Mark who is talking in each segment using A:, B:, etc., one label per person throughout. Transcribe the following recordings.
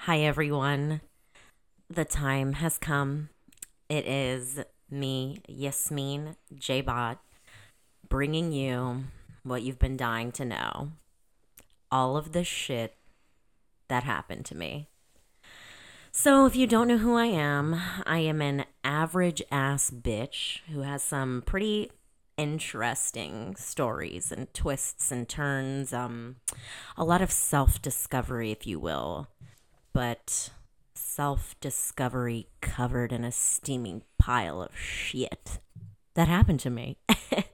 A: Hi, everyone. The time has come. It is me, Yasmin J Bot, bringing you what you've been dying to know. All of the shit that happened to me. So, if you don't know who I am, I am an average ass bitch who has some pretty interesting stories and twists and turns, um, a lot of self discovery, if you will but self discovery covered in a steaming pile of shit that happened to me.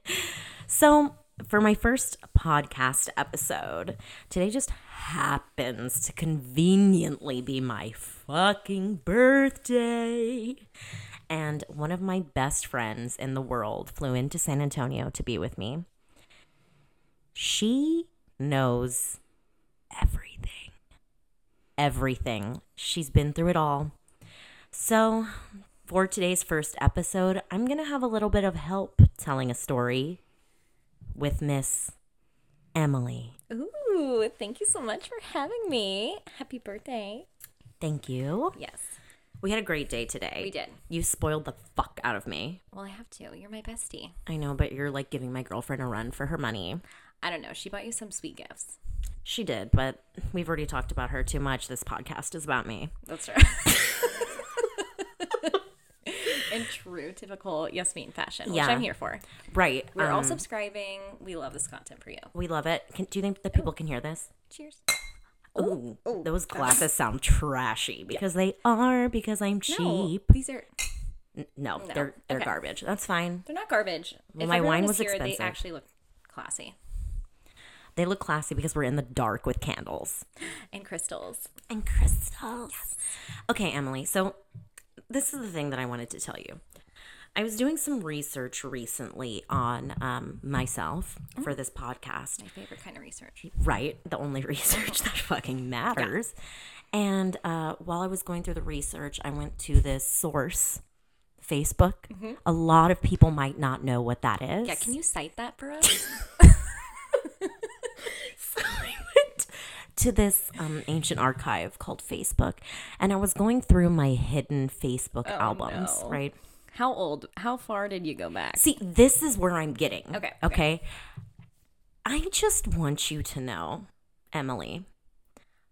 A: so, for my first podcast episode, today just happens to conveniently be my fucking birthday. And one of my best friends in the world flew into San Antonio to be with me. She knows everything everything. She's been through it all. So, for today's first episode, I'm going to have a little bit of help telling a story with Miss Emily.
B: Ooh, thank you so much for having me. Happy birthday.
A: Thank you.
B: Yes.
A: We had a great day today.
B: We did.
A: You spoiled the fuck out of me.
B: Well, I have to. You're my bestie.
A: I know, but you're like giving my girlfriend a run for her money.
B: I don't know. She bought you some sweet gifts.
A: She did, but we've already talked about her too much. This podcast is about me.
B: That's right. In true typical Yasmin fashion,
A: Yeah.
B: which I'm here for.
A: Right.
B: We're all
A: um,
B: subscribing. We love this content for you.
A: we love it. Can, do you think that people can hear this?
B: Cheers.
A: Ooh, those glasses sound trashy because they are because I'm cheap.
B: No, these are
A: N- No,
B: No.
A: they're they're
B: Okay.
A: garbage. That's fine.
B: they're not garbage.
A: Well, my
B: everyone
A: wine was
B: here,
A: expensive.
B: They actually look classy
A: They look classy because we're in the dark with candles
B: and crystals.
A: and crystals. Okay, Emily. So this is the thing that I wanted to tell you. I was doing some research recently on um, myself for this podcast.
B: My favorite kind of research.
A: right the only research that fucking matters and uh, while i was going through the research i went to this source facebook a lot of people might not know what that is
B: Mm-hmm. Yeah, can you cite that for us?
A: to this um, ancient archive called facebook and i was going through my hidden facebook albums
B: Oh, no.
A: right
B: how old? How far did you go back?
A: see this is where i'm getting
B: Okay, okay.
A: okay i just want you to know emily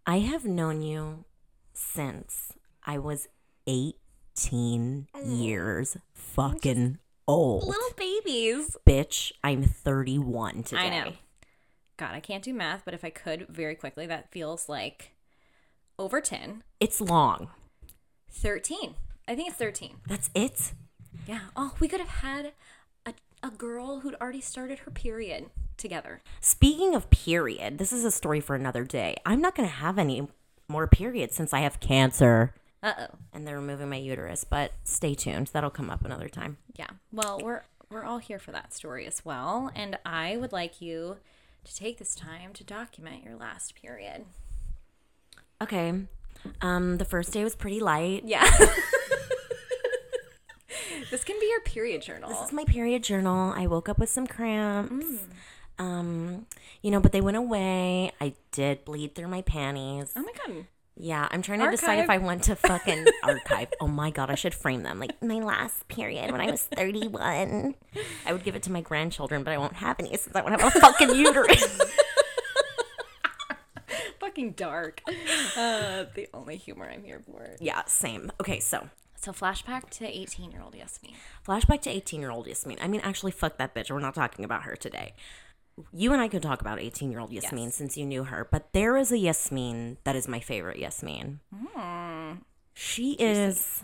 A: I have known you since I was 18 years fucking old.
B: Mm. Little babies.
A: Bitch, I'm 31 today.
B: I know. God, I can't do math, but if I could very quickly, that feels like over 10,
A: It's long.
B: 13. I think it's 13.
A: That's it.
B: Yeah. Oh, we could have had a, a girl who'd already started her period together.
A: Speaking of period, this is a story for another day. I'm not going to have any more periods since I have cancer
B: Uh oh.
A: and they're removing my uterus, but stay tuned. That'll come up another time.
B: Yeah. Well, we're we're all here for that story as well, and I would like you to take this time to document your last period.
A: Okay. Um the first day was pretty light.
B: Yeah. this can be your period
A: This
B: journal.
A: is my period journal. I woke up with some cramps. Um, you know, but they went away. I did bleed through my panties.
B: Oh my god.
A: Yeah, I'm trying to decide if I
B: Archive.
A: want to fucking archive. Oh my god, I should frame them. Like my last period when I was 31. I would give it to my grandchildren, but I won't have any since I won't have a fucking uterus.
B: fucking dark. Uh, the only humor I'm here for.
A: yeah, same. Okay, so
B: So flashback to 18 year old Yasmin.
A: flashback to 18 year old Yasmin. I mean, actually, fuck that bitch. We're not talking about her today. You and I could talk about 18 year old Yasmin since you knew her, but there is a Yasmin that is my favorite Yasmin. She is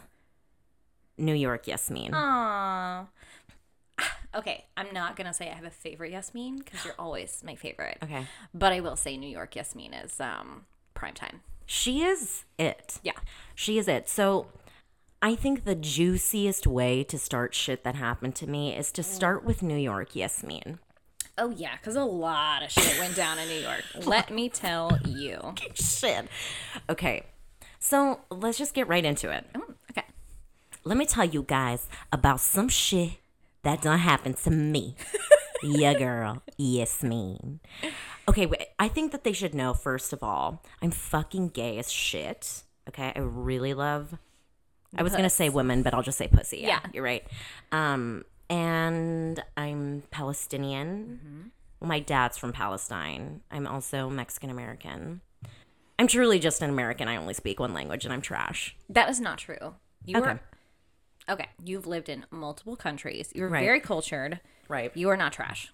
A: New York Yasmin.
B: Uh. Aww. Okay, I'm not gonna say I have a favorite Yasmin because you're always my favorite.
A: Okay.
B: But I will say New York Yasmin is um prime time.
A: She is it.
B: Yeah.
A: She is it. So I think the juiciest way to start shit that happened to me is to start with New York Yasmin.
B: Oh yeah, because a lot of shit went down in New York. Let me tell you.
A: shit. Okay. So let's just get right into it.
B: Oh, okay.
A: let me tell you guys about some shit that done happened to me. yeah, girl. Yes, mean. Okay, wait, I think that they should know, first of all, I'm fucking gay as shit. Okay. I really love I was going to say women, but I'll just say pussy. Yeah,
B: Yeah.
A: You're right. Um, and I'm Palestinian. Well, my dad's from Palestine. I'm also Mexican American. I'm truly just an American. I only speak one language and I'm trash.
B: That is not true. You
A: Okay.
B: are okay. You've lived in multiple countries. You're
A: Right.
B: very cultured.
A: Right.
B: You are not trash.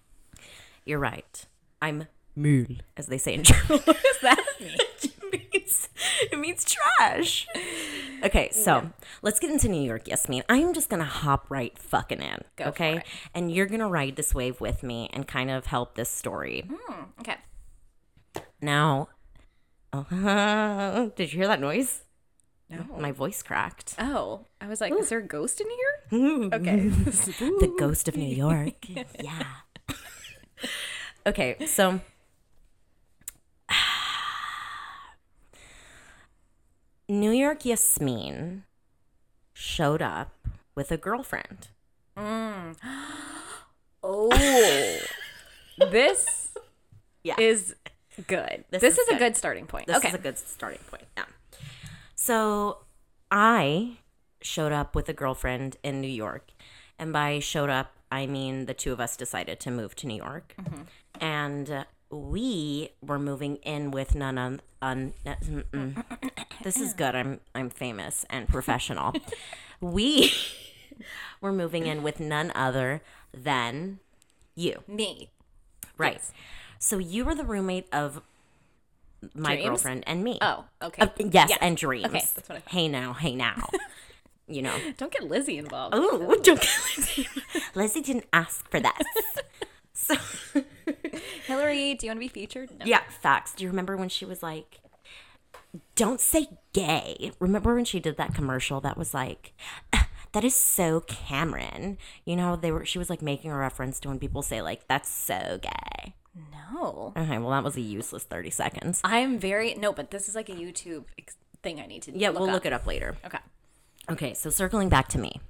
A: You're right. I'm mule, as they say in German. What does that mean? it, means, it means trash. Okay, so let's get into New York, Yasmin. I'm just gonna hop right fucking in.
B: Go for
A: okay,
B: it.
A: and you're gonna ride this wave with me and kind of help this story.
B: Mm-hmm. Okay.
A: Now, oh, did you hear that noise? No. My voice cracked.
B: Oh, I was like, is there a ghost in here? okay.
A: the ghost of New York. yeah. okay, so New York Yasmin showed up with a girlfriend.
B: oh, this
A: Yeah.
B: is good. This,
A: is
B: is, a
A: good.
B: good starting point.
A: This
B: okay.
A: is a good starting point. Yeah. So I showed up with a girlfriend in New York. And by showed up, I mean the two of us decided to move to New York.
B: Mm-hmm.
A: And uh, we were moving in with none on. on mm, mm. this is good. I'm I'm famous and professional. we were moving in with none other than you.
B: Me.
A: Right.
B: Yes.
A: So you were the roommate of my
B: Dreams?
A: girlfriend and me.
B: Oh, okay.
A: Uh, yes, and dreams.
B: Okay, that's what I thought.
A: hey now, hey now. you know.
B: Don't get Lizzie involved.
A: Oh, don't Lizzie didn't ask for this. so
B: Hillary, do you want to be featured? No.
A: yeah, facts. Do you remember when she was like, "Don't say gay"? Remember when she did that commercial that was like. That is so Cameron. You know, they were she was like making a reference to when people say like that's so gay.
B: No.
A: Okay, well that was a useless 30 seconds.
B: I'm very no, but this is like a YouTube ex- thing I need to.
A: Yeah, we'll
B: up.
A: look it up later.
B: Okay.
A: Okay, so circling back to me.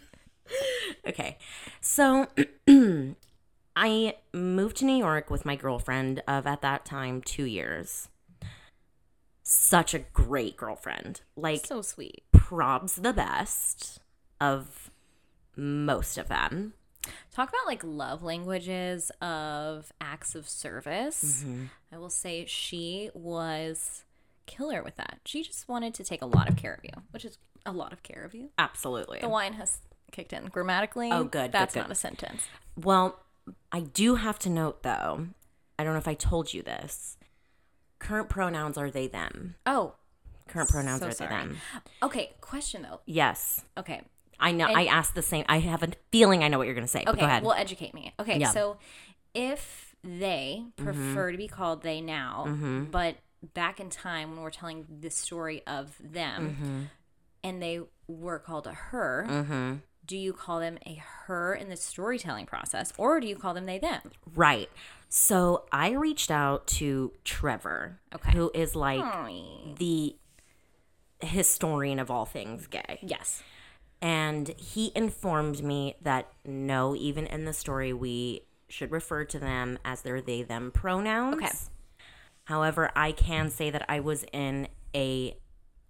A: okay, so I moved to New York with my girlfriend of at that time two years. Such a great girlfriend. Like,
B: So sweet.
A: probs the best of most of them.
B: Talk about like love languages of acts of service.
A: Mm-hmm.
B: I will say she was killer with that. She just wanted to take a lot of care of you, which is a lot of care of you.
A: Absolutely.
B: The wine has kicked in grammatically.
A: Oh, good, good,
B: That's
A: good.
B: not a sentence.
A: Well, I do have to note though, I don't know if I told you this. Current pronouns are they, them.
B: Oh,
A: Current pronouns
B: So
A: are
B: sorry.
A: they, them.
B: okay. Question though.
A: Yes.
B: Okay.
A: I know. I asked the same. I have a feeling I know what you're going to say. But
B: Okay.
A: go ahead.
B: Well, educate me. Okay.
A: Yeah.
B: So if they prefer to be called they now, but back in time when we're telling the story of them and they were called a her, do you call them a her in the storytelling process or do you call them they them?
A: right. So I reached out to Trevor,
B: Okay.
A: who is like
B: Mm,
A: the historian of all things gay,
B: Yes.
A: and he informed me that no, even in the story, we should refer to them as their they them pronouns.
B: Okay.
A: However, I can say that I was in a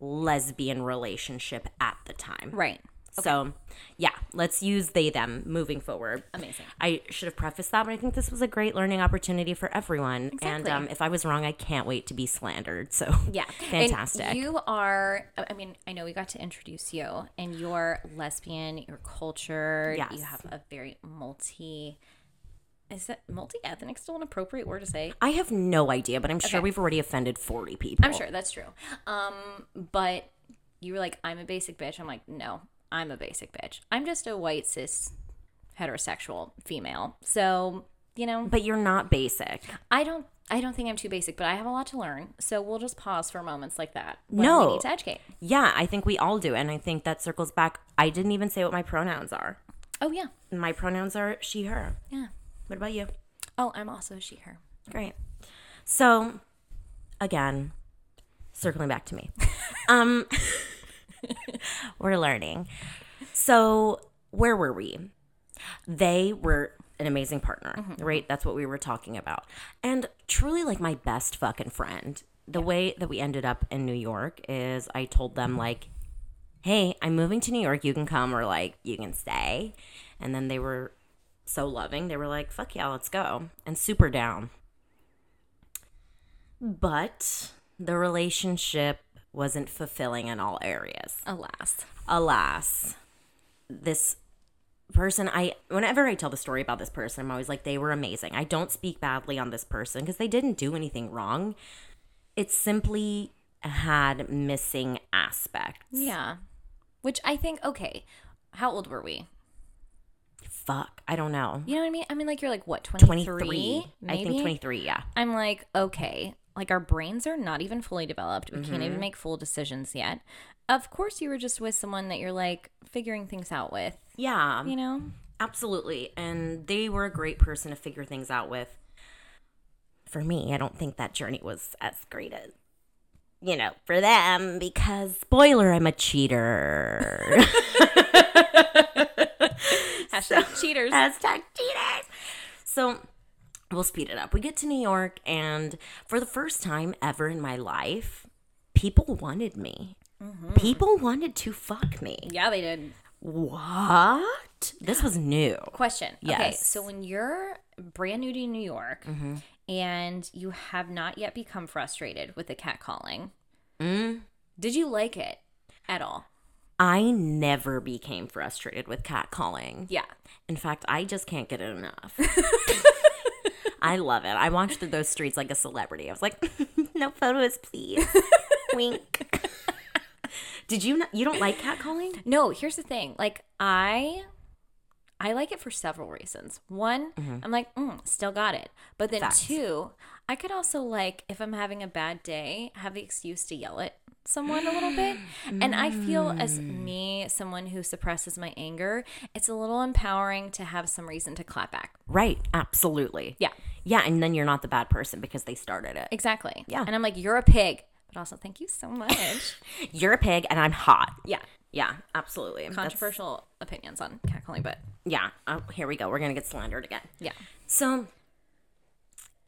A: lesbian relationship at the time.
B: Right.
A: So, yeah, let's use they them moving forward.
B: Amazing.
A: I should have prefaced that, but I think this was a great learning opportunity for everyone. And
B: Exactly.
A: um, if I was wrong, I can't wait to be slandered. So
B: Yeah. And
A: fantastic.
B: you are, I mean, I know we got to introduce you and you're lesbian, you're cultured,
A: Yes.
B: you have a very multi, is that multi ethnic still an appropriate word to say?
A: I have no idea, but I'm sure
B: Okay.
A: we've already offended 40 people.
B: I'm sure that's true. Um, but you were like, I'm a basic bitch. I'm like, no, I'm a basic bitch. I'm just a white cis heterosexual female. So, you know,
A: But you're not basic.
B: I don't I don't think I'm too basic, but I have a lot to learn. So we'll just pause for moments like that. when
A: No.
B: we need to educate.
A: Yeah, I think we all do. And I think that circles back. I didn't even say what my pronouns are.
B: Oh yeah.
A: My pronouns are she, her.
B: Yeah.
A: What about you?
B: Oh, I'm also a she her.
A: Great. So, again, circling back to me. um, we're learning. So, where were we? They were an amazing partner, right? That's what we were talking about. And truly, like my best fucking friend. the way that we ended up in New York is I told them like, "Hey, I'm moving to New York. You can come or like you can stay." And then they were so loving. They were like, "Fuck yeah, let's go." And super down. But the relationship wasn't fulfilling in all areas
B: Alas.
A: alas, this person I whenever I tell the story about this person, I'm always like they were amazing. I don't speak badly on this person because they didn't do anything wrong. It simply had missing aspects.
B: Yeah. Which I think, okay, how old were we?
A: Fuck, I don't know.
B: You know what I mean? I mean, like, you're like, what, 23?
A: 23. I think
B: maybe?
A: 23, yeah.
B: I'm like, okay, like our brains are not even fully developed. We can't
A: Mm-hmm.
B: even make full decisions yet. Of course, you were just with someone that you're like figuring things out with,
A: Yeah.
B: you know?
A: Absolutely. And they were a great person to figure things out with. For me, I don't think that journey was as great as, you know, for them because, spoiler, I'm a cheater.
B: Hashtag cheaters.
A: Hashtag cheaters. So we'll speed it up. We get to New York, and for the first time ever in my life, people wanted me. People wanted to fuck me.
B: Yeah, they did.
A: What? This was new.
B: Question. Okay,
A: Yes.
B: so when you're brand new to New York and you have not yet become frustrated with the catcalling, did you like it at all?
A: I never became frustrated with catcalling.
B: Yeah.
A: In fact, I just can't get it enough. I love it. I walked through those streets like a celebrity. I was like, no photos, please. Wink. Did you not? You don't like catcalling?
B: No, here's the thing. Like I I like it for several reasons. One, I'm like, mm, still got it. But then
A: Mm-hmm. Facts.
B: two, I could also like if I'm having a bad day, have the excuse to yell at someone a little bit. And I feel as
A: Mm.
B: me, someone who suppresses my anger, it's a little empowering to have some reason to clap back.
A: Right. Absolutely.
B: Yeah.
A: Yeah. And then you're not the bad person because they started it.
B: Exactly.
A: Yeah.
B: And I'm like, you're a pig. But also, thank you so much.
A: You're a pig and I'm hot.
B: yeah.
A: Yeah. Absolutely. That's-
B: Controversial opinions on catcalling, but
A: yeah. Oh, here we go. We're going to get slandered again.
B: yeah.
A: So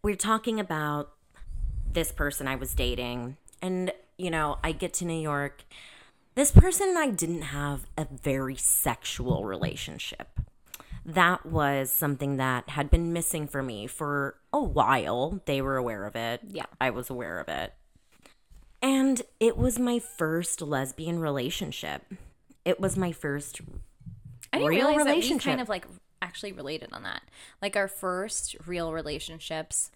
A: we're talking about this person I was dating, and you know, I get to New York. This person and I didn't have a very sexual relationship. That was something that had been missing for me for a while. They were aware of it.
B: Yeah.
A: I was aware of it. And it was my first lesbian relationship. It was my first
B: I didn't
A: real
B: realize that we kind
A: relationship.
B: of like actually related on that. Like our first real relationships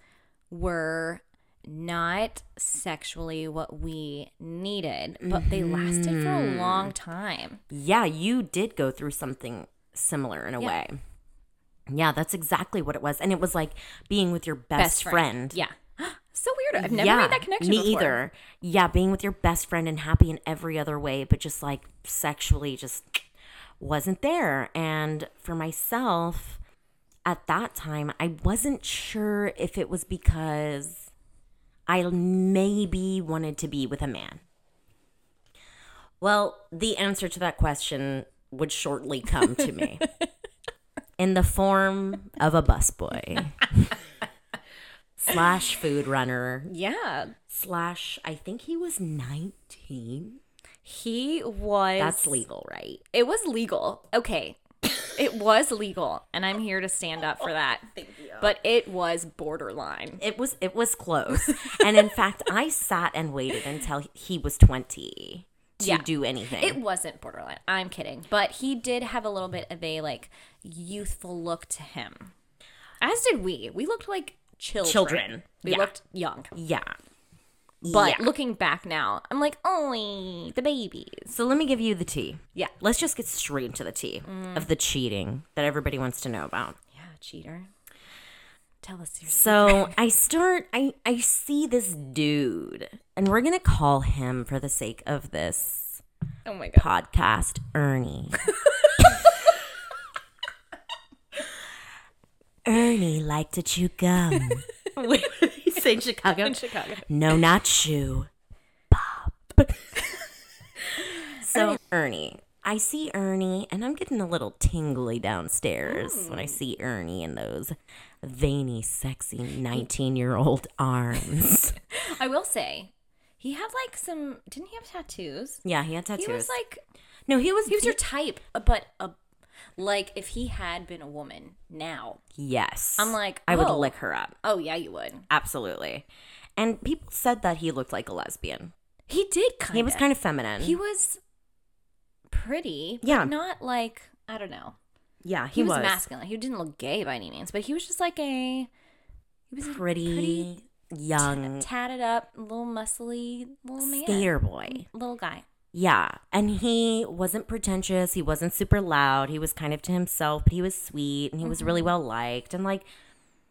B: were not sexually what we needed, but they lasted for
A: Mm-hmm.
B: a long time.
A: Yeah, you did go through something similar in a
B: Yeah.
A: way. Yeah, that's exactly what it was. And it was like being with your best, friend.
B: Yeah. so weird. I've never
A: yeah,
B: made that connection
A: Me
B: before.
A: either. Yeah, being with your best friend and happy in every other way, but just like sexually just wasn't there. And for myself, at that time, I wasn't sure if it was because I maybe wanted to be with a man. Well, the answer to that question would shortly come to me in the form of a busboy slash food runner
B: Yeah.
A: slash i think he was 19
B: He was
A: that's legal right
B: it was legal. Okay. it was legal, and I'm here to stand up for that. But it was borderline.
A: it was it was close and in fact i sat and waited until he was 20 to
B: Yeah.
A: do anything
B: It wasn't borderline. I'm kidding. But he did have a little bit of a like youthful look to him. As did we. We looked like children.
A: Children.
B: We
A: Yeah.
B: looked young.
A: yeah
B: But
A: Yeah.
B: looking back now, I'm like, oh, the babies.
A: so let me give you the tea
B: Yeah.
A: let's just get straight into the tea of the cheating that everybody wants to know about
B: Yeah, cheater. Tell us your
A: So I start I I see this dude and we're going to call him for the sake of this
B: Oh my god.
A: podcast Ernie. Ernie liked to chew gum. Wait, you say Chicago?
B: Chicago.
A: No, not shoe. Bob. so Ernie. I see Ernie and I'm getting a little tingly downstairs when
B: Oh.
A: I see Ernie in those veiny, sexy 19 year old arms.
B: I will say, he had like some. Didn't he have tattoos?
A: Yeah, he had tattoos.
B: He was like
A: no, he was
B: he was your type, but uh, like if he had been a woman now,
A: yes.
B: I'm like,
A: I would
B: oh.
A: lick her up.
B: oh yeah, you would.
A: Absolutely. And people said that he looked like a lesbian.
B: He did kind.
A: He was kind of feminine.
B: He was pretty. but
A: Yeah.
B: not like I don't know.
A: yeah,
B: He, was, masculine. He didn't look gay by any means, but he was just like a. He was a
A: pretty, young
B: tatted up, little muscly, little man,
A: skater boy.
B: little guy.
A: Yeah. And he wasn't pretentious. He wasn't super loud. He was kind of to himself, but he was sweet and he was
B: Mm-hmm.
A: really well liked. And like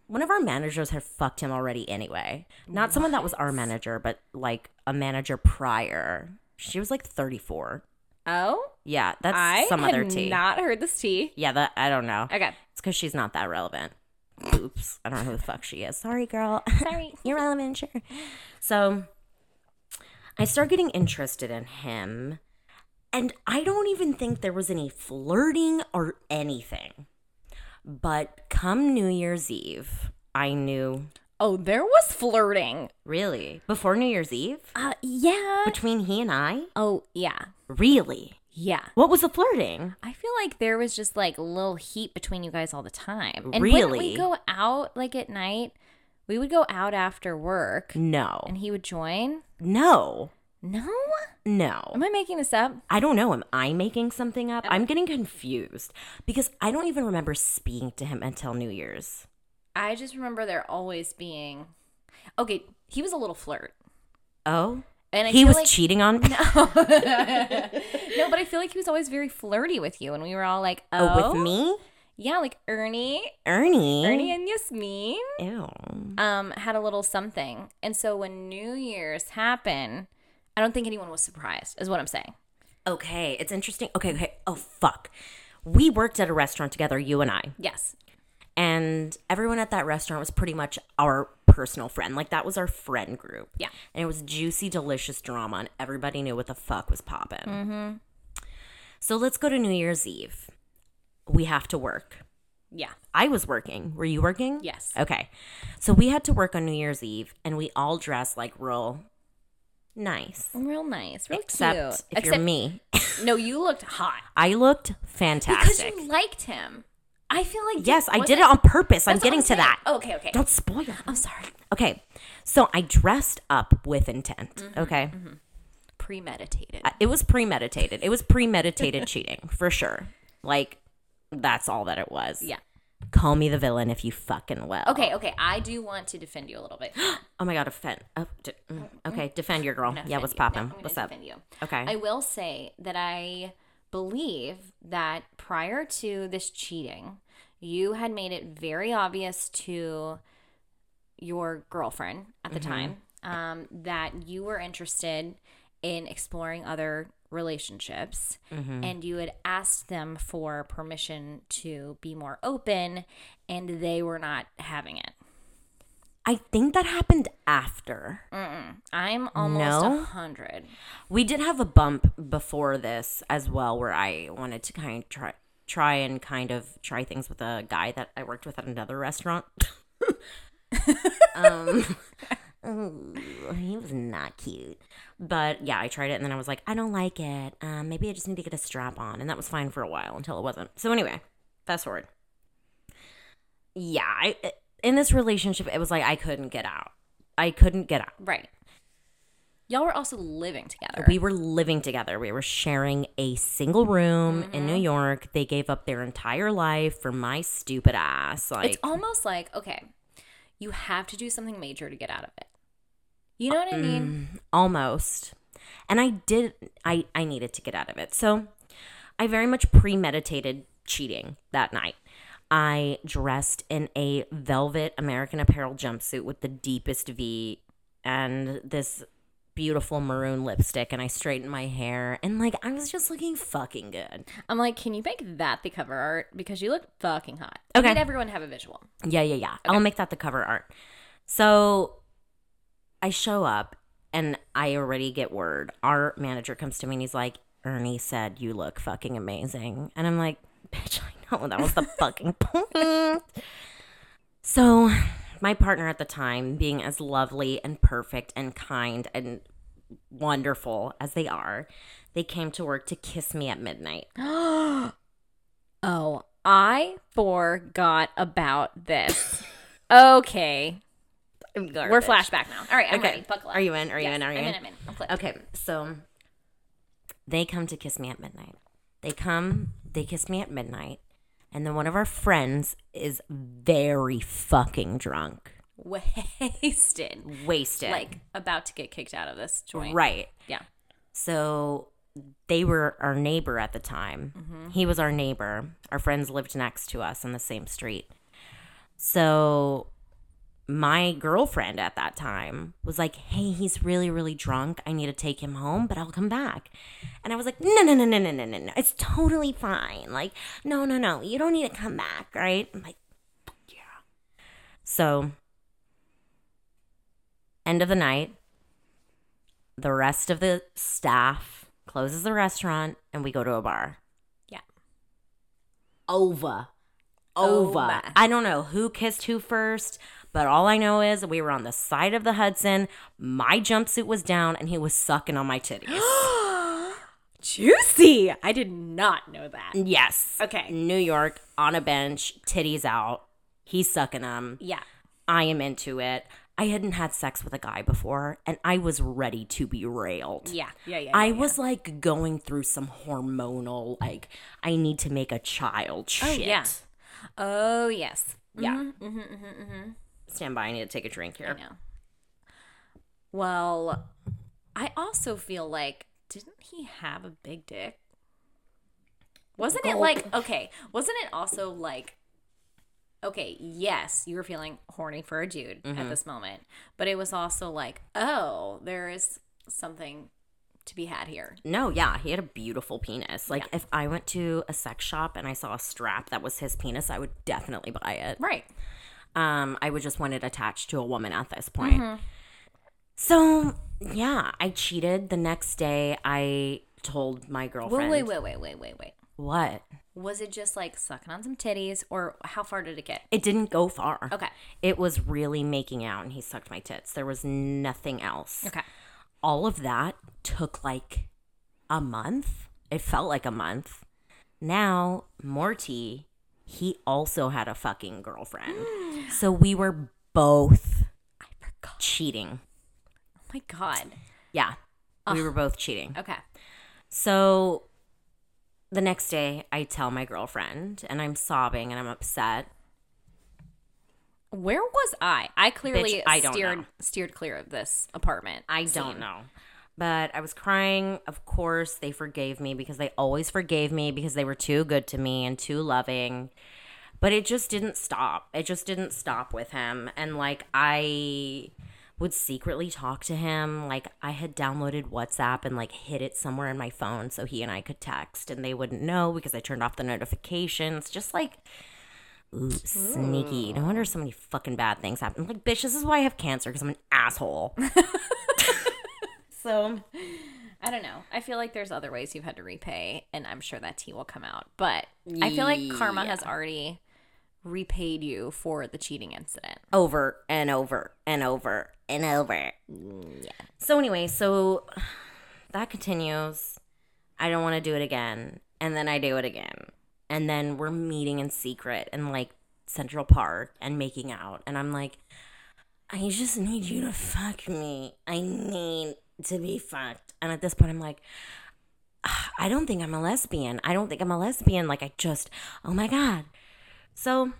A: one of our managers had fucked him already anyway. Not someone that was our manager, but like a manager prior. She was like 34.
B: Oh,
A: Yeah, that's
B: I
A: some
B: had
A: other tea.
B: not heard this tea.
A: yeah, that I don't know.
B: Okay,
A: It's because she's not that relevant. Oops. I don't know who the fuck she is. Sorry, girl.
B: sorry.
A: You're relevant, sure. So I start getting interested in him. And I don't even think there was any flirting or anything. But come New Year's Eve, I knew
B: Oh, there was flirting.
A: really before New Year's Eve
B: Uh, yeah.
A: between he and I.
B: oh, yeah,
A: Really?
B: yeah.
A: What was the flirting?
B: I feel like there was just like little heat between you guys all the time. And when
A: Really?
B: we go out like at night, we would go out after work,
A: No.
B: and he would join.
A: No.
B: No,
A: No.
B: am I making this up?
A: I don't know. Am I making something up? I'm getting confused because I don't even remember speaking to him until New Year's.
B: I just remember there always being. Okay, he was a little flirt,
A: Oh,
B: and I
A: he
B: feel
A: was
B: like
A: cheating on me
B: no, but I feel like he was always very flirty with you, and we were all like, "Oh,
A: oh, with me, Oh.
B: yeah, like Ernie,
A: Ernie.
B: Ernie and Yasmin."
A: Ew.
B: um, had a little something. And so when New Year's happened, I don't think anyone was surprised, is what I'm saying.
A: Okay, it's interesting. Okay, okay. Oh fuck. We worked at a restaurant together, you and I,
B: Yes.
A: and everyone at that restaurant was pretty much our personal friend. Like that was our friend group.
B: Yeah.
A: and it was juicy, delicious drama, and everybody knew what the fuck was popping.
B: Mm-hmm.
A: So let's go to New Year's Eve. We have to work.
B: Yeah.
A: I was working. Were you working?
B: Yes.
A: Okay. So we had to work on New Year's Eve and we all dressed like real nice.
B: Real nice. Real
A: Except
B: cute.
A: if you're me.
B: no, you looked hot
A: I looked
B: because
A: fantastic.
B: you liked him. I feel like
A: yes, I
B: was
A: did it on purpose. I'm
B: That's what
A: getting to
B: saying.
A: that.
B: Okay, okay.
A: Don't spoil.
B: I'm sorry.
A: Okay. So I dressed up with intent.
B: Mm-hmm.
A: Okay.
B: Premeditated.
A: It was premeditated. It was premeditated cheating for sure. Like, that's all that it was.
B: yeah.
A: Call me the villain if you fucking will.
B: Okay, okay. I do want to defend you a little bit.
A: Oh my god, offend. Oh, de- mm, okay, defend your girl.
B: No,
A: yeah,
B: defend
A: what's
B: you. No,
A: poppin'?
B: I'm gonna
A: what's up?
B: defend you.
A: Okay.
B: I will say that I believe that prior to this cheating, you had made it very obvious to your girlfriend at the time um, that you were interested in exploring other relationships and you had asked them for permission to be more open and they were not having it.
A: I think that happened after.
B: I'm almost a
A: No?
B: 100.
A: We did have a bump before this as well where I wanted to kind of try try and kind of try things with a guy that I worked with at another restaurant. um ooh, he was not cute. But yeah, I tried it and then I was like, I don't like it. Um, maybe I just need to get a strap on. And that was fine for a while until it wasn't. So anyway, fast forward. Yeah, I, in this relationship, it was like I couldn't get out. I couldn't get out.
B: Right. Y'all were also living together.
A: We were living together. We were sharing a single room in New York. They gave up their entire life for my stupid ass. Like,
B: it's almost like okay you have to do something major to get out of it you know what i
A: Mm.
B: mean
A: almost. And I did. I I needed to get out of it. So, I very much premeditated cheating that night. I dressed in a velvet American Apparel jumpsuit with the deepest V and this beautiful maroon lipstick and I straightened my hair and like I was just looking fucking good.
B: i'm like can you make that the cover art because you look fucking hot
A: Okay.
B: Did everyone have a visual
A: Yeah, yeah, yeah. I'll make that the cover art. So I show up and I already get word. Our manager comes to me and he's like, Ernie said you look fucking amazing. And I'm like, bitch, I know that was the fucking point. So like my partner at the time being as lovely and perfect and kind and wonderful as they are, they came to work to kiss me at midnight.
B: Oh, I forgot about this. okay.
A: I'm
B: We're
A: garbage.
B: flashback now. All right, I'm
A: Okay.
B: ready. Buckle up.
A: Are you in? Are you
B: Yes,
A: in? Are you
B: I'm
A: in?
B: in? I'm in. I'm clicked.
A: Okay, so they come to kiss me at midnight. They come, they kiss me at midnight, and then one of our friends is very fucking drunk,
B: Wasted.
A: wasted.
B: Like about to get kicked out of this joint.
A: right.
B: Yeah.
A: So they were our neighbor at the time. He was our neighbor. Our friends lived next to us on the same street. So my girlfriend at that time was like, "Hey, he's really really drunk. I need to take him home, but I'll come back." And I was like, "No, no, no, no, no, no, no. no. It's totally fine. Like, no, no, no. You don't need to come back, right?" I'm like, "Fuck "Yeah." So end of the night, the rest of the staff closes the restaurant and we go to a bar.
B: Yeah.
A: Over. Over.
B: Over.
A: I don't know who kissed who first, but all I know is we were on the side of the Hudson. My jumpsuit was down and he was sucking on my titties.
B: Juicy. I did not know that.
A: Mm. yes.
B: Okay.
A: New York on a bench, titties out. He's sucking them.
B: Yeah.
A: I am into it. I hadn't had sex with a guy before and I was ready to be railed.
B: Yeah. Yeah. Yeah.
A: I
B: yeah,
A: was like going through some hormonal, like, I need to make a child shit.
B: Oh, yeah. yeah. Oh yes.
A: Yeah. Stand by. I need to take a drink here.
B: I know. Well, I also feel like didn't he have a big dick? Wasn't it
A: Gulp.
B: like okay? Wasn't it also like okay? Yes, you were feeling horny for a dude at this moment, but it was also like oh, there is something to be had here.
A: No, yeah. He had a beautiful penis. Like, if I went to a sex shop and I saw a strap that was his penis, I would definitely buy it.
B: Right. Mm-hmm.
A: Um, I would just want it attached to a woman at this point. So, yeah, I cheated. The next day, I told my
B: Wait,
A: girlfriend.
B: wait, wait, wait, wait, wait, wait.
A: What?
B: Was it just like sucking on some titties, or how far did it get?
A: It didn't go far.
B: Okay.
A: It was really making out, and he sucked my tits. There was nothing else.
B: Okay.
A: all of that took like a month. It felt like a month. Now, Morty, he also had a fucking girlfriend. so we were both
B: I forgot.
A: cheating.
B: Oh my god.
A: Yeah. We were both cheating.
B: Okay.
A: So the next day, I tell my girlfriend, and I'm sobbing and I'm upset.
B: Where was I? I clearly
A: Bitch, I don't
B: steered
A: know.
B: steered clear of this apartment.
A: I
B: scene.
A: don't know. But I was crying. Of course, they forgave me because they always forgave me because they were too good to me and too loving. But it just didn't stop. It just didn't stop with him. And like, I would secretly talk to him. Like, I had downloaded WhatsApp and like hid it somewhere in my phone so he and I could text and they wouldn't know because I turned off the notifications. Just like, ooh, sneaky. No wonder so many fucking bad things happen. Like, bitch, this is why I have cancer because I'm an asshole. so.
B: I don't know. I feel like there's other ways you've had to repay, and I'm sure that tea will come out. But I feel like karma has already repaid you for the cheating incident.
A: over and over and over and over. Yeah. So anyway, so that continues. I don't want to do it again, and then I do it again, and then we're meeting in secret in like Central Park and making out, and I'm like, I just need you to fuck me. I need to be fucked. And at this point, I'm like. "Ah, I don't think I'm a lesbian. I don't think I'm a lesbian. Like, I just, oh my God. So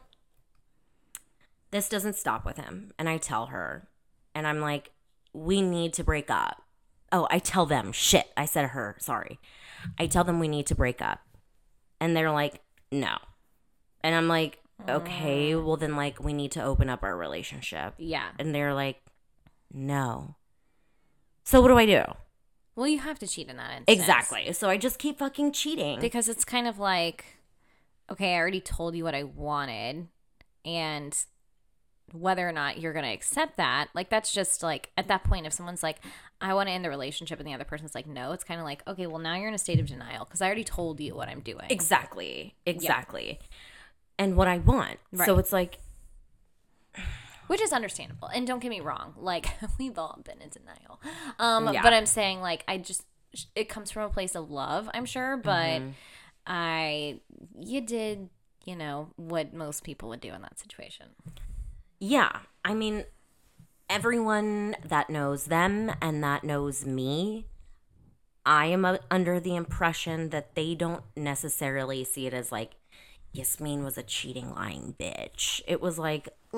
A: this doesn't stop with him. And I tell her, and I'm like, we need to break up. Oh, I tell them, shit, I said her, sorry. I tell them we need to break up. And they're like, no. And I'm like, okay, well, then, like, we need to open up our relationship.
B: Yeah.
A: And they're like, no. So what do I do?
B: Well, you have to cheat in that instance.
A: Exactly. So I just keep fucking cheating.
B: Because it's kind of like, okay, I already told you what I wanted, and whether or not you're going to accept that, like, that's just like at that point, if someone's like, I want to end the relationship, and the other person's like, no, it's kind of like, okay, well, now you're in a state of denial because I already told you what I'm doing.
A: exactly. Exactly. And what I want.
B: Right.
A: So it's like,
B: which is understandable. And don't get me wrong, like we've all been in denial. Um,
A: Yeah.
B: but I'm saying like I just it comes from a place of love, I'm sure, but I you did, you know, what most people would do in that situation.
A: Yeah. I mean, everyone that knows them and that knows me, I am uh, under the impression that they don't necessarily see it as like, Yasmin was a cheating, lying bitch. It was like,
B: I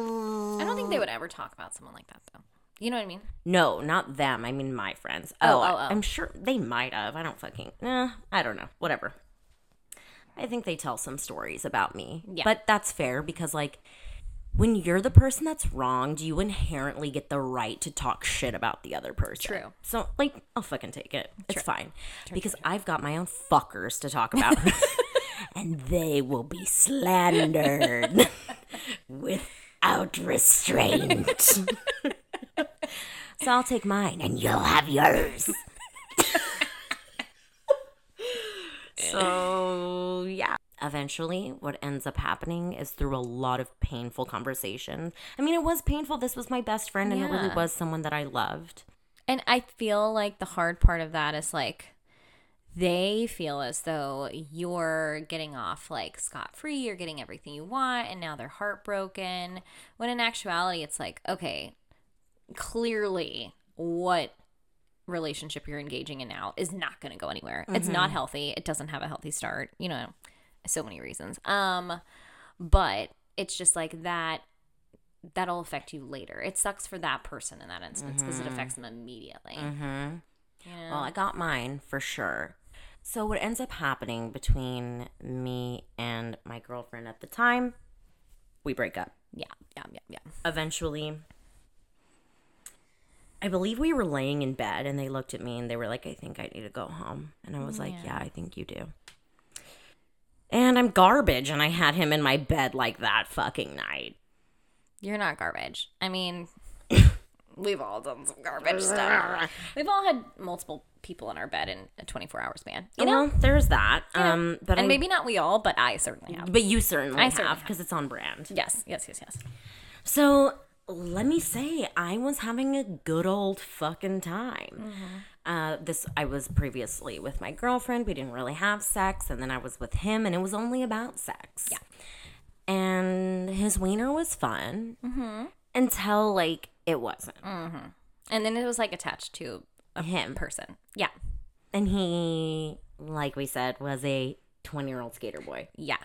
B: don't think they would ever talk about someone like that though. You know what I mean?
A: no, not them. I mean, my friends.
B: Oh,
A: Oh, I-
B: oh, oh.
A: I'm sure they might have. I don't fucking, eh, I don't know. Whatever. I think they tell some stories about me.
B: Yeah.
A: But that's fair because, like, when you're the person that's wronged, you inherently get the right to talk shit about the other person.
B: True.
A: So, like, I'll fucking take it. It's fine. because I've got my own fuckers to talk about. and they will be slandered without restraint. so I'll take mine and you'll have yours. So, yeah. Eventually, what ends up happening is through a lot of painful conversations. I mean, it was painful. This was my best friend, and it really
B: Yeah.
A: was someone that I loved.
B: And I feel like the hard part of that is like they feel as though you're getting off like scot free, you're getting everything you want, and now they're heartbroken. When in actuality, it's like, okay, clearly what relationship you're engaging in now is not going to go anywhere. It's not
A: Mm-hmm.
B: healthy. It doesn't have a healthy start, you know, so many reasons. Um, but it's just like that that'll affect you later. It sucks for that person in that instance because it affects them immediately.
A: Mm-hmm.
B: Yeah.
A: Well, I got mine for sure. So, what ends up happening between me and my girlfriend at the time, we break up.
B: yeah, yeah, yeah, yeah.
A: eventually I believe we were laying in bed and they looked at me and they were like, I think I need to go home. And I was like, Yeah, I think you do. And I'm garbage and I had him in my bed like that fucking night.
B: You're not garbage. I mean, we've all done some garbage stuff. We've all had multiple people in our bed in a 24 hour span. You know?
A: Oh, well, there's that. Um but
B: and
A: I
B: maybe not we all, but I certainly have.
A: but you certainly
B: I
A: have 'cause
B: certainly
A: have because it's on brand.
B: Yes, yes, yes, yes.
A: So let me say, I was having a good old fucking time. Uh, this I was previously with my girlfriend. We didn't really have sex, and then I was with him, and it was only about sex. Yeah. And his wiener was fun until like it wasn't.
B: And then it was like attached to a
A: Him
B: person. Yeah,
A: and he, like we said, was a twenty-year-old skater boy.
B: yeah.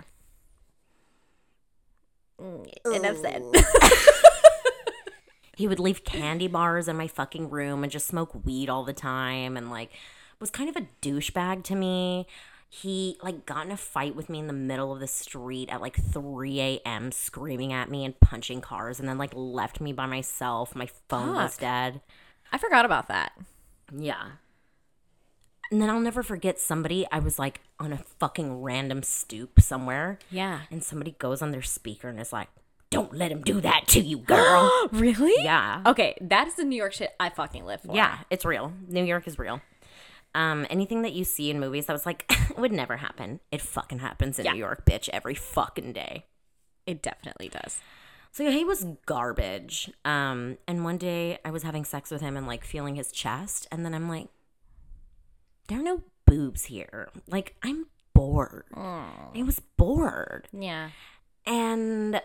B: Mm, Enough said.
A: He would leave candy bars in my fucking room and just smoke weed all the time and like was kind of a douchebag to me. He like got in a fight with me in the middle of the street at like 3 a.m. screaming at me and punching cars and then like left me by myself. My phone was
B: Fuck.
A: dead.
B: I forgot about that.
A: Yeah. And then I'll never forget somebody I was like on a fucking random stoop somewhere
B: Yeah.
A: and somebody goes on their speaker and is like, Don't let him do that to you, girl.
B: really?
A: yeah.
B: Okay, that is the New York shit I fucking live for.
A: Yeah, it's real. New York is real. Um, anything that you see in movies that was like would never happen, it fucking happens in
B: Yeah.
A: New York, bitch, every fucking day.
B: It definitely does.
A: So yeah, he was garbage. Um, and one day I was having sex with him and like feeling his chest, and then I'm like, there are no boobs here. Like I'm bored. I was bored.
B: Yeah.
A: And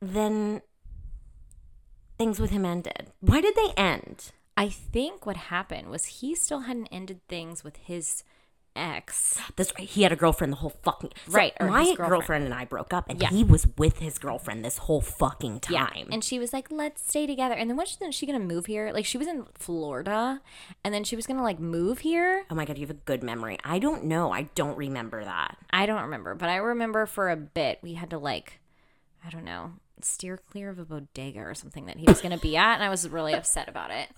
A: then things with him ended. Why did they end?
B: I think what happened was he still hadn't ended things with his ex.
A: This he had a girlfriend the whole fucking so
B: Right, or
A: my
B: his
A: girlfriend.
B: girlfriend.
A: and I broke up, and
B: Yeah.
A: he was with his girlfriend this whole fucking
B: Yeah.
A: time.
B: And she was like, let's stay together. And then when she, then she going to move here? Like, she was in Florida and then she was going to like move here.
A: oh my god, you have a good memory. I don't know. I don't remember that.
B: I don't remember, but I remember for a bit we had to like, I don't know, steer clear of a bodega or something that he was going to be at. And I was really upset about it.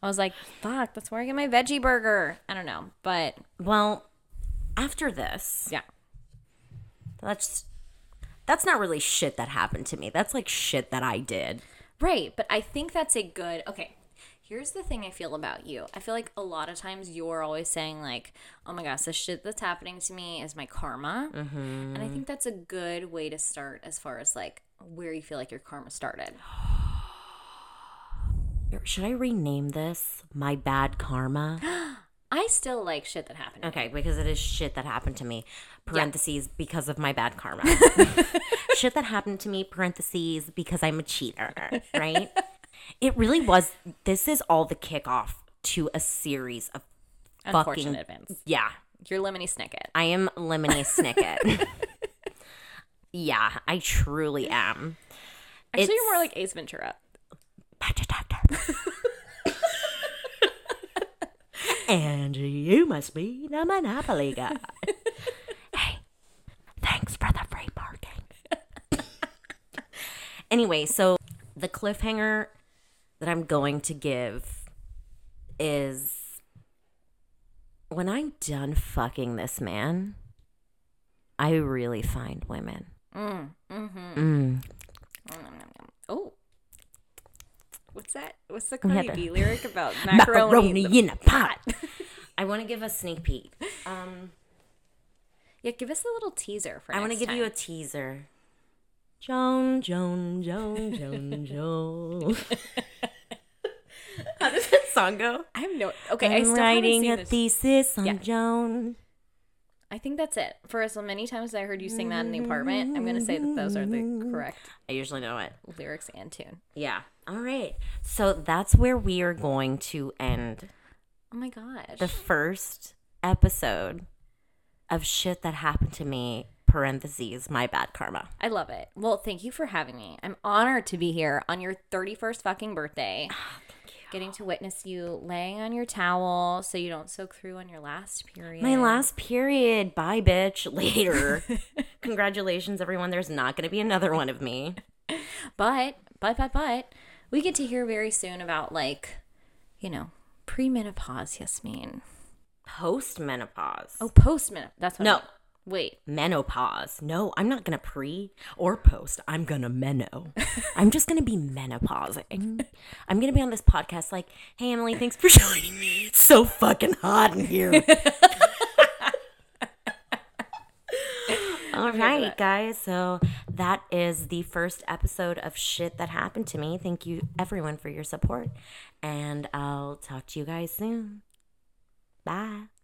B: I was like, fuck, that's where I get my veggie burger. I don't know. But
A: Well, after this,
B: yeah.
A: that's that's not really shit that happened to me. That's like shit that I did.
B: Right, but I think that's a good. Okay, here's the thing I feel about you. I feel like a lot of times you're always saying like, "Oh my gosh, this shit that's
A: Mm-hmm.
B: happening to me is my karma," and I think that's a good way to start as far as like where you feel like your karma started.
A: Should I rename this My Bad Karma?
B: I still like shit that happened. to me.
A: Okay, because it is shit that happened to me. Parentheses because of my bad karma. shit that happened to me. Parentheses because I'm a cheater. Right. it really was. This is all the kickoff to a series of fucking.
B: Unfortunate events.
A: Yeah,
B: You're Lemony Snicket.
A: I am lemony snicket. yeah, I truly am.
B: Actually,
A: It's-
B: you're more like Ace Ventura.
A: Pet detective. and you must be the Monopoly guy. hey, thanks for the free parking. anyway, so the cliffhanger that I'm going to give is when I'm done fucking this man, I really find women.
B: Mm.
A: Mm.
B: Oh. What's that? What's the
A: We had
B: Cardi
A: the-
B: B lyric about macaroni?
A: Macaroni,
B: in the-
A: in a pot. I want to give a sneak peek. Um,
B: Yeah, give us a little teaser for
A: I want
B: want
A: to give you a teaser. Joan, Joan, Joan, Joan, Joan. How does that song go?
B: I have no. Okay, i
A: I'm
B: still haven't
A: writing
B: seen
A: a
B: this.
A: thesis on
B: Yeah.
A: Joan.
B: I think that's it. For as many times as I heard you sing that in the apartment, I'm gonna say that those are the correct
A: I usually know it.
B: lyrics and tune.
A: Yeah. All right. So that's where we are going to end
B: Oh my gosh.
A: the first episode of shit that happened to me. Parentheses, my bad karma.
B: I love it. Well, thank you for having me. I'm honored to be here on your 31st fucking
A: Oh
B: birthday. Getting to witness you laying on your towel so you don't soak through on your last period.
A: My last period. Bye, bitch. Later. Congratulations, everyone. There's not going to be another one of me.
B: But, but, but, but, we get to hear very soon about like, you know, premenopause, Yasmin.
A: Post menopause.
B: Oh, postmenopause. That's what I
A: No.
B: meant. Wait.
A: Menopause. No, I'm not going to pre or post. I'm going to meno. I'm just going to be menopausing. I'm going to be on this podcast like, hey, Emily, thanks for joining me. It's so fucking hot in here. All right, guys. So that is the first episode of Shit That Happened to Me. Thank you, everyone, for your support. And I'll talk to you guys soon. Bye.